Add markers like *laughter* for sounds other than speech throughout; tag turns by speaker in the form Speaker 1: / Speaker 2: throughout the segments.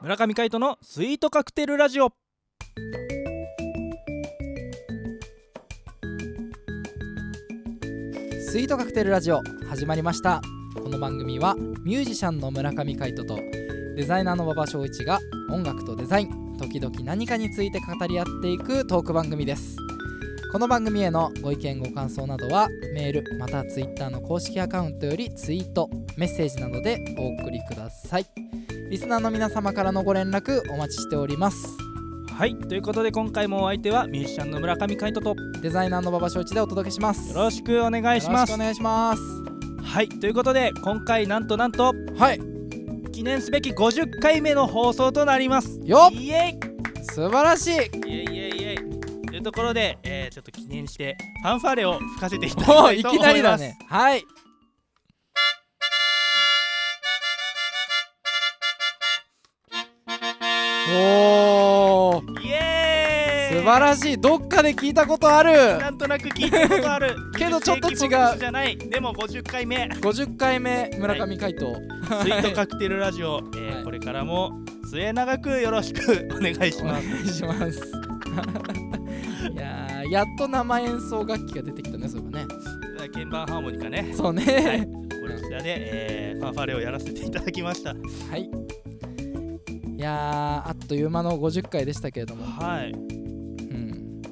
Speaker 1: 村上海人のスイートカクテルラジオ
Speaker 2: スイートカクテルラジオ始まりましたこの番組はミュージシャンの村上海人とデザイナーの馬場翔一が音楽とデザイン時々何かについて語り合っていくトーク番組ですこの番組へのご意見ご感想などはメールまたはツイッターの公式アカウントよりツイートメッセージなどでお送りくださいリスナーの皆様からのご連絡お待ちしております
Speaker 1: はいということで今回もお相手はミュージシャンの村上海人とよ
Speaker 2: デザイナーの馬場翔一でお届けします
Speaker 1: ろしくお願いしま
Speaker 2: よろしくお
Speaker 1: す
Speaker 2: 願いします
Speaker 1: はいということで今回なんとなんと
Speaker 2: はい
Speaker 1: 記念すべき50回目の放送となります
Speaker 2: よっ
Speaker 1: イエイ
Speaker 2: 素晴らしい
Speaker 1: イエイイエイイエイというところで、えー、ちょっと記念してファンファーレを吹かせていただき
Speaker 2: も
Speaker 1: た
Speaker 2: う
Speaker 1: い
Speaker 2: い
Speaker 1: と
Speaker 2: き
Speaker 1: 思います
Speaker 2: なりだねはいおー
Speaker 1: イエーイ
Speaker 2: 素晴らしいどっかで聞いたことある
Speaker 1: なんとなく聞いたことある
Speaker 2: *laughs* けどちょっと違う
Speaker 1: 20世紀牧師じゃないでも50回
Speaker 2: *laughs*
Speaker 1: 目
Speaker 2: 50回目村上海斗
Speaker 1: スイートカクテルラジオ、えー
Speaker 2: はい
Speaker 1: これからも末永くよろしくお願いし
Speaker 2: お
Speaker 1: ま
Speaker 2: 願
Speaker 1: す
Speaker 2: いします *laughs* いやーやっと生演奏楽器が出てきたねそういえばね
Speaker 1: 鍵盤ハーモニカね
Speaker 2: そうね
Speaker 1: はいこれこちらで、えー、ファンファーレをやらせていただきました
Speaker 2: はい、いやーあっという間の50回でしたけれども
Speaker 1: はい
Speaker 2: うん、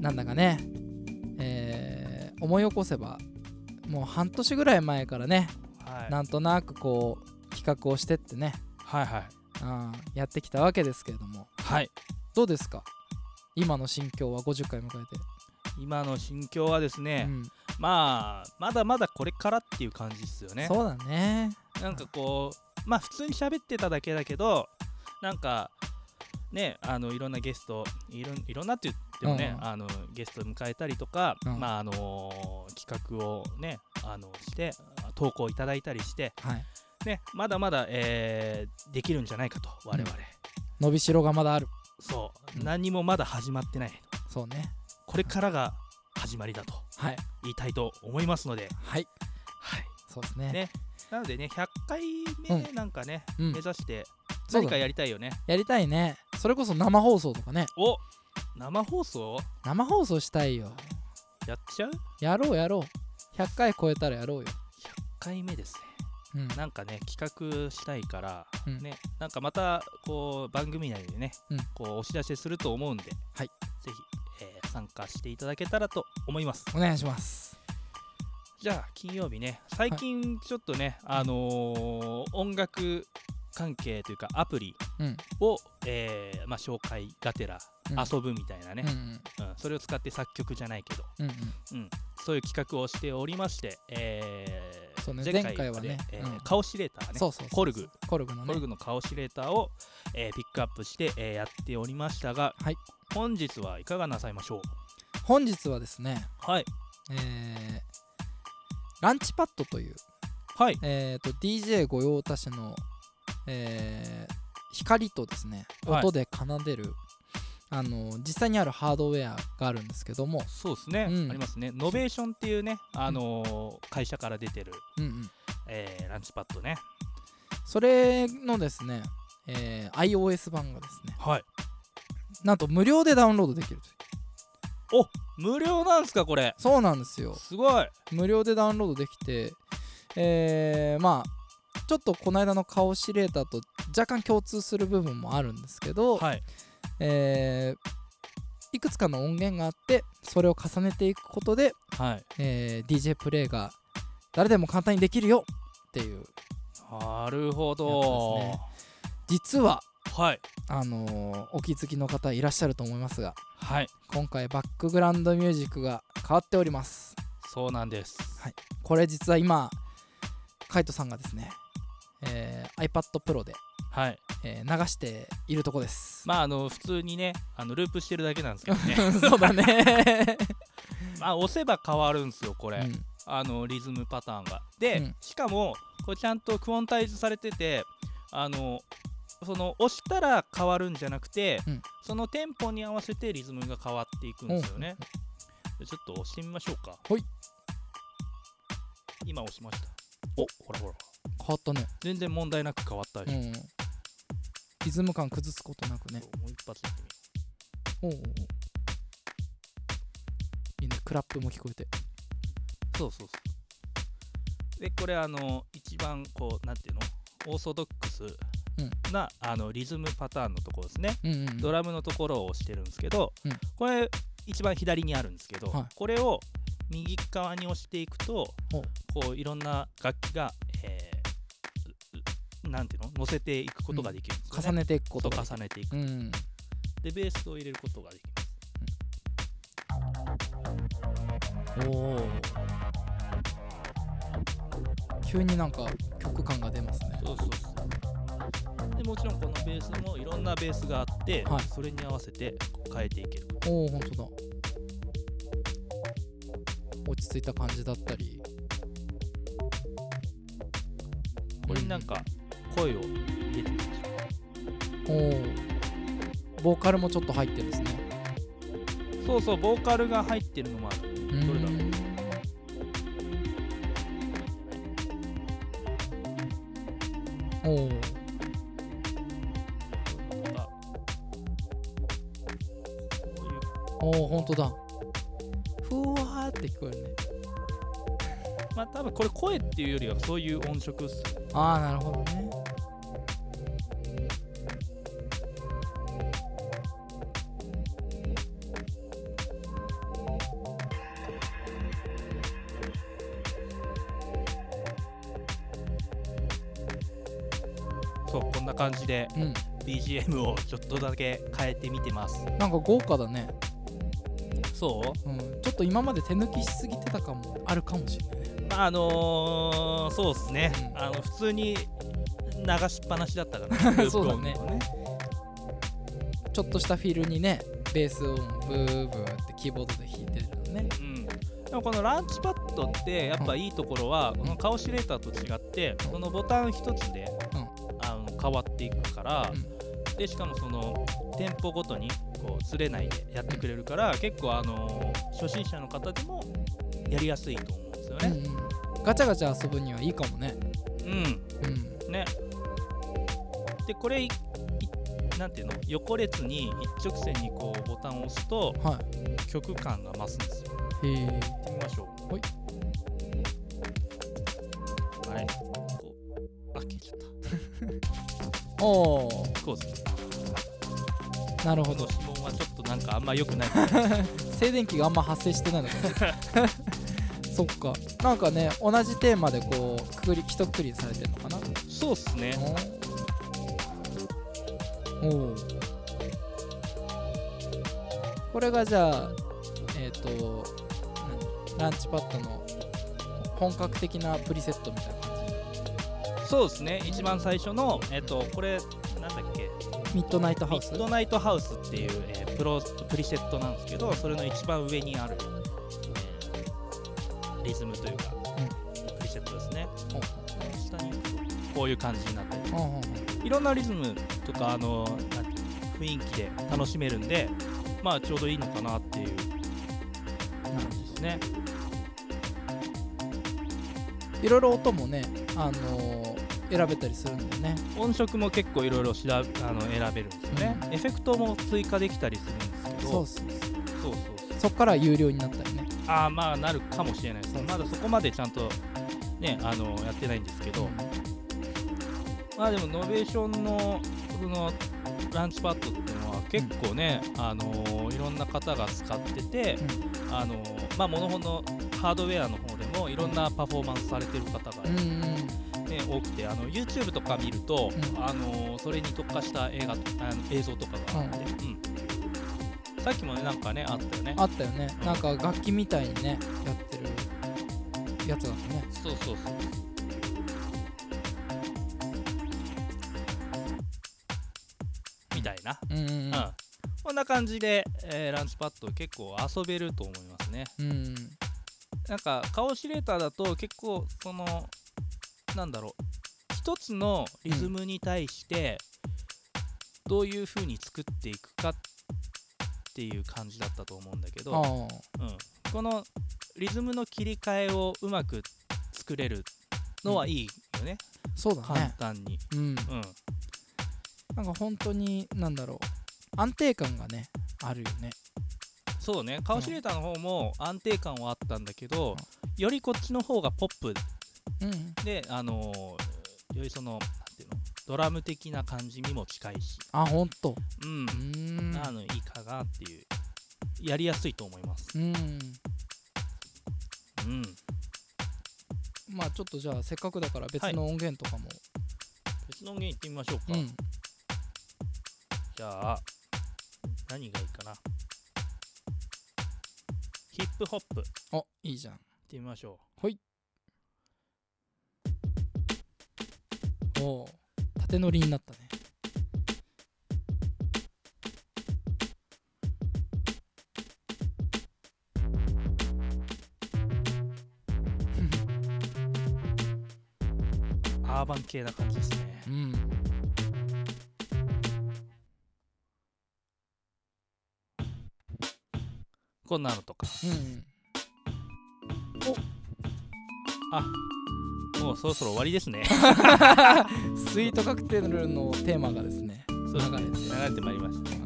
Speaker 2: なんだかね、えー思い起こせばもう半年ぐらい前からね、
Speaker 1: はい
Speaker 2: なんとなくこう企画をしてってね、
Speaker 1: はいはい
Speaker 2: うん、やってきたわけですけれども
Speaker 1: はい
Speaker 2: どうですか今の心境は50回迎
Speaker 1: 今の心境はです
Speaker 2: えて、
Speaker 1: ね、
Speaker 2: うん
Speaker 1: まあまだまだこれからっていう感じですよね
Speaker 2: そうだね
Speaker 1: なんかこうまあ普通に喋ってただけだけどなんかねあのいろんなゲストいろんいろんなって言ってもね、
Speaker 2: うん
Speaker 1: あのゲスト迎えたりとか、
Speaker 2: うん
Speaker 1: まああの企画をねあのして投稿いただいたりして
Speaker 2: はい
Speaker 1: ねまだまだ、えーできるんじゃないかと我々、
Speaker 2: うん伸びしろがまだある
Speaker 1: そう、
Speaker 2: うん
Speaker 1: 何もまだ始まってない
Speaker 2: そうね
Speaker 1: これからが始まりだと
Speaker 2: はい
Speaker 1: 言いたいと思いますので、
Speaker 2: はい
Speaker 1: はい、
Speaker 2: そうですね
Speaker 1: ねなのでね100回目なんかね、
Speaker 2: うん
Speaker 1: 目指して
Speaker 2: そうだ
Speaker 1: 何かやりたいよね、
Speaker 2: やりたいねそれこそ生放送とかね
Speaker 1: お生放送
Speaker 2: 生放送したいよ
Speaker 1: やっちゃう100
Speaker 2: やろうやろう100回超えたらやろうよ、
Speaker 1: 回目です
Speaker 2: うん、
Speaker 1: ねなんかね企画したいから、
Speaker 2: うん
Speaker 1: ねなんかまたこう番組内でね、
Speaker 2: うん
Speaker 1: こうお知らせすると思うんで、
Speaker 2: はい
Speaker 1: ぜひ、えー参加していただけたらと思います
Speaker 2: お願いします
Speaker 1: じゃあ金曜日ね最近ちょっとね、あのー音楽関係というかアプリ
Speaker 2: うん
Speaker 1: を、えーまあ、紹介がてら
Speaker 2: うん
Speaker 1: 遊ぶみたいなね、
Speaker 2: うん
Speaker 1: うんそれを使って作曲じゃないけど
Speaker 2: うんうんうん
Speaker 1: そういう企画をしておりまして、えー
Speaker 2: そうね前回はね
Speaker 1: えー
Speaker 2: うん
Speaker 1: カオシレーターね
Speaker 2: そうそうそう
Speaker 1: コルグ
Speaker 2: コルグのね
Speaker 1: コルグのカオシレーターを、えーピックアップして、えーやっておりましたが、
Speaker 2: はい
Speaker 1: 本日はいかがなさいましょう
Speaker 2: 本日はですね、
Speaker 1: はい
Speaker 2: えーランチパッドという、
Speaker 1: はい
Speaker 2: えー、と DJ 御用達の、えー光とですね
Speaker 1: はい
Speaker 2: 音で奏でる、あの実際にあるハードウェアがあるんですけども、
Speaker 1: そうですね、
Speaker 2: うん
Speaker 1: ありますねノベーションっていうね、あのー会社から出てる、
Speaker 2: うんうん、
Speaker 1: えーランチパッドね
Speaker 2: それのですね、えー iOS 版がですね
Speaker 1: はい
Speaker 2: なんと無料でダウンロードできるという
Speaker 1: 無料なんすかこれ
Speaker 2: そうなんですよ
Speaker 1: すごい
Speaker 2: 無料でダウンロードできて、えーまあちょっとこの間の顔シレーターと若干共通する部分もあるんですけど、
Speaker 1: はい
Speaker 2: えーいくつかの音源があってそれを重ねていくことで、
Speaker 1: はい
Speaker 2: えー DJ プレイが誰でも簡単にできるよっていう
Speaker 1: なるほ
Speaker 2: や
Speaker 1: ど、
Speaker 2: つです実は
Speaker 1: はい
Speaker 2: あのーお気づきの方いらっしゃると思いますが
Speaker 1: はい
Speaker 2: 今回バックグラウンドミュージックが変わっております
Speaker 1: そうなんです
Speaker 2: はいこれ実は今カイトさんがですね、えー iPad Pro で、
Speaker 1: はい
Speaker 2: えー流しているとこ
Speaker 1: *laughs*
Speaker 2: です、
Speaker 1: まああの普通にねあのループしてるだけなんですけどね
Speaker 2: そうだ *laughs* ね、
Speaker 1: まあ押せば変わるんですよこれ、
Speaker 2: うん
Speaker 1: あのリズムパターンがで、
Speaker 2: うん
Speaker 1: しかもこれちゃんとクオンタイズされててあのその押したら変わるんじゃなくて、
Speaker 2: うん
Speaker 1: そのテンポに合わせてリズムが変わっていくんですよね、ちょっと押してみましょうか
Speaker 2: ほい
Speaker 1: 今押しましたおほらほら
Speaker 2: 変わったね
Speaker 1: 全然問題なく変わったで
Speaker 2: う
Speaker 1: しょ、
Speaker 2: んリズム感崩すことなくね
Speaker 1: そうもう一発やってみよ
Speaker 2: おうおうおういいねクラップも聞こえて
Speaker 1: うそうそうそうでこれあの一番こうなんていうのオーソドックスな、あのリズムパターンのところですね
Speaker 2: うんうんうん
Speaker 1: ドラムのところを押してるんですけど、
Speaker 2: うん
Speaker 1: これ一番左にあるんですけど、
Speaker 2: はい
Speaker 1: これを右側に押していくと
Speaker 2: お
Speaker 1: こういろんな楽器が、えーううなんていうの乗せていくことができるんですよね、
Speaker 2: 重ねていくこ
Speaker 1: そ
Speaker 2: と
Speaker 1: う
Speaker 2: が
Speaker 1: 重ねていく、
Speaker 2: うん
Speaker 1: でベースを入れることができます
Speaker 2: おお急になんか曲感が出ますね
Speaker 1: そうそうそうでもちろんこのベースもいろんなベースがあって、
Speaker 2: はい
Speaker 1: それに合わせてこう変えていける
Speaker 2: おお本当だ落ち着いた感じだったり
Speaker 1: これになんか声を入れてみましょ
Speaker 2: おおボーカルもちょっと入ってるんですね
Speaker 1: うそうそうボーカルが入ってるのもある
Speaker 2: ど
Speaker 1: どれだろうとか
Speaker 2: おおー
Speaker 1: こういう
Speaker 2: おお本当だふわーって聞こえるね
Speaker 1: まあ多分これ声っていうよりはそういう音色っすね
Speaker 2: ああなるほどね
Speaker 1: そうこんな感じで
Speaker 2: うん
Speaker 1: BGM をちょっとだけ変えてみてます
Speaker 2: なんか豪華だね、
Speaker 1: そ
Speaker 2: うん、ちょっと今まで手抜きしすぎてた感もあるかもしれないね
Speaker 1: うまああのー、そうっすね、
Speaker 2: うん
Speaker 1: あの普通に流しっぱなしだったからね
Speaker 2: *laughs* そうだね
Speaker 1: ループ音とか
Speaker 2: ちょっとしたフィルにねベース音ブーブーってキーボードで弾いてるのね
Speaker 1: うんでもこのランチパッドってやっぱいいところはこのカオシレーターと違って
Speaker 2: うん
Speaker 1: そのボタン一つで
Speaker 2: うん
Speaker 1: あの変わっていくからでしかもそのテンポごとにこうずれないでやってくれるから結構あの初心者の方でもやりやすいと思うんですよ
Speaker 2: うんう
Speaker 1: ね。
Speaker 2: んガチャガチャ遊ぶにはいいかもね
Speaker 1: うん、
Speaker 2: うん
Speaker 1: ね。でこれいいなんていうの横列に一直線にこうボタンを押すと
Speaker 2: は
Speaker 1: 曲感が増すんですよ。
Speaker 2: いへえ
Speaker 1: やってみましょう。
Speaker 2: ほい
Speaker 1: あれこうあ消えちゃっ
Speaker 2: おお
Speaker 1: た。こうです
Speaker 2: なる
Speaker 1: こ
Speaker 2: ほ
Speaker 1: の
Speaker 2: ど
Speaker 1: 指紋はちょっとなんかあんま良くない。
Speaker 2: 静電気があんま発生してないのか
Speaker 1: *laughs*
Speaker 2: なそっかなんかね同じテーマでこうくくり一くりされてるのかな
Speaker 1: そうっすね。
Speaker 2: おおこれがじゃあえっ、と何ランチパッドの本格的なプリセットみたいな感
Speaker 1: そうですね一番最初の、えっとこれなんだっけ
Speaker 2: じミッドナイトハウ
Speaker 1: ミ
Speaker 2: ス
Speaker 1: ッドナイトハウスっていう、えープロプリセットなんですけどそれの一番上にある、えーリズムというか、プリセットですね下にこういう感じになって
Speaker 2: うんうんうん
Speaker 1: いろんなリズムとかあのなんていうの雰囲気で楽しめるんでまあちょうどいいのかなっていう感じですね
Speaker 2: いろいろ音もね、あのー選べたりするんだよね
Speaker 1: 音色も結構いろいろ調べあの選べるんですよね、エフェクトも追加できたりするんですけど
Speaker 2: そうそう
Speaker 1: そうそうそう
Speaker 2: そっから有料になったりね
Speaker 1: ああまあなるかもしれないです
Speaker 2: そう
Speaker 1: まだそこまでちゃんとねあのやってないんですけど、まあでもノベーションのそのランチパッドっていうのは結構ね、あのいろんな方が使ってて、あのまあモノホンのハードウェアの方でもいろんなパフォーマンスされてる方が
Speaker 2: うん
Speaker 1: ね、多くてあの YouTube とか見ると、
Speaker 2: うん
Speaker 1: あのそれに特化した映画とあの映像とかがあって、うんさっきもねなんかねあったよね
Speaker 2: あったよね
Speaker 1: うん
Speaker 2: なんか楽器みたいにねやってるやつだったね
Speaker 1: そうそうそう。みたいな。
Speaker 2: うんう
Speaker 1: うんん。こんな感じで、えーランチパッド結構遊べると思いますね。
Speaker 2: うんうん
Speaker 1: なんかカオシレーターだと結構そのなんだろう一つのリズムに対してどういう風に作っていくかっていう感じだったと思うんだけ
Speaker 2: あ
Speaker 1: ど、
Speaker 2: あ
Speaker 1: うん、このリズムの切り替えをうまく作れるのはいいよね、
Speaker 2: そうだ
Speaker 1: 簡
Speaker 2: ね
Speaker 1: 単に、
Speaker 2: うん
Speaker 1: うん、
Speaker 2: なんか本当になんだろう安定感がねあるよね
Speaker 1: そうねカオシレーターの方も安定感はあったんだけど、よりこっちの方がポップ
Speaker 2: うん
Speaker 1: であのーよりそのなんていうのドラム的な感じにも近いし
Speaker 2: あ本当
Speaker 1: うん
Speaker 2: う、ーん
Speaker 1: あのいいかなっていうやりやすいと思います
Speaker 2: うん
Speaker 1: うん
Speaker 2: まあちょっとじゃあせっかくだから別の音源とかも、
Speaker 1: 別の音源行ってみましょうか、
Speaker 2: うん
Speaker 1: じゃあ何がいいかなヒップホップ行っ
Speaker 2: あいいじゃん
Speaker 1: てみましょ
Speaker 2: おう縦乗りになったね
Speaker 1: うアーバン系な感じですね
Speaker 2: うん
Speaker 1: こんなのとか
Speaker 2: うん
Speaker 1: もうそろそろ終わりです
Speaker 2: *laughs*
Speaker 1: ね
Speaker 2: スイートカクテルのテーマがですね
Speaker 1: そう
Speaker 2: 流
Speaker 1: です流
Speaker 2: れて
Speaker 1: れてまいりましたね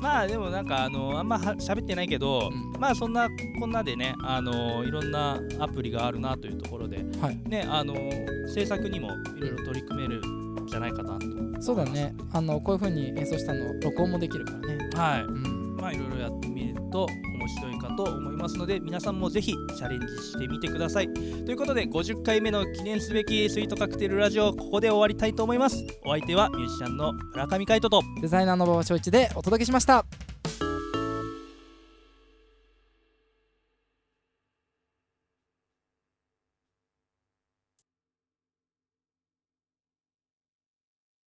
Speaker 1: まあでもなんかあのあんまは喋ってないけど、
Speaker 2: うん
Speaker 1: まあそんなこんなでねあのいろんなアプリがあるなというところで、
Speaker 2: はい
Speaker 1: ねあの制作にもいろいろ取り組めるんじゃないかなと、
Speaker 2: そうだねあのこういう風に演奏したの録音もできるからね
Speaker 1: はい
Speaker 2: うん
Speaker 1: まあいろいろやってみると面白いかと思いますので皆さんもぜひチャレンジしてみてくださいということで50回目の記念すべきスイートカクテルラジオここで終わりたいと思いますお相手はミュージシャンの村上海人と
Speaker 2: デザイナーの馬場翔一でお届けしました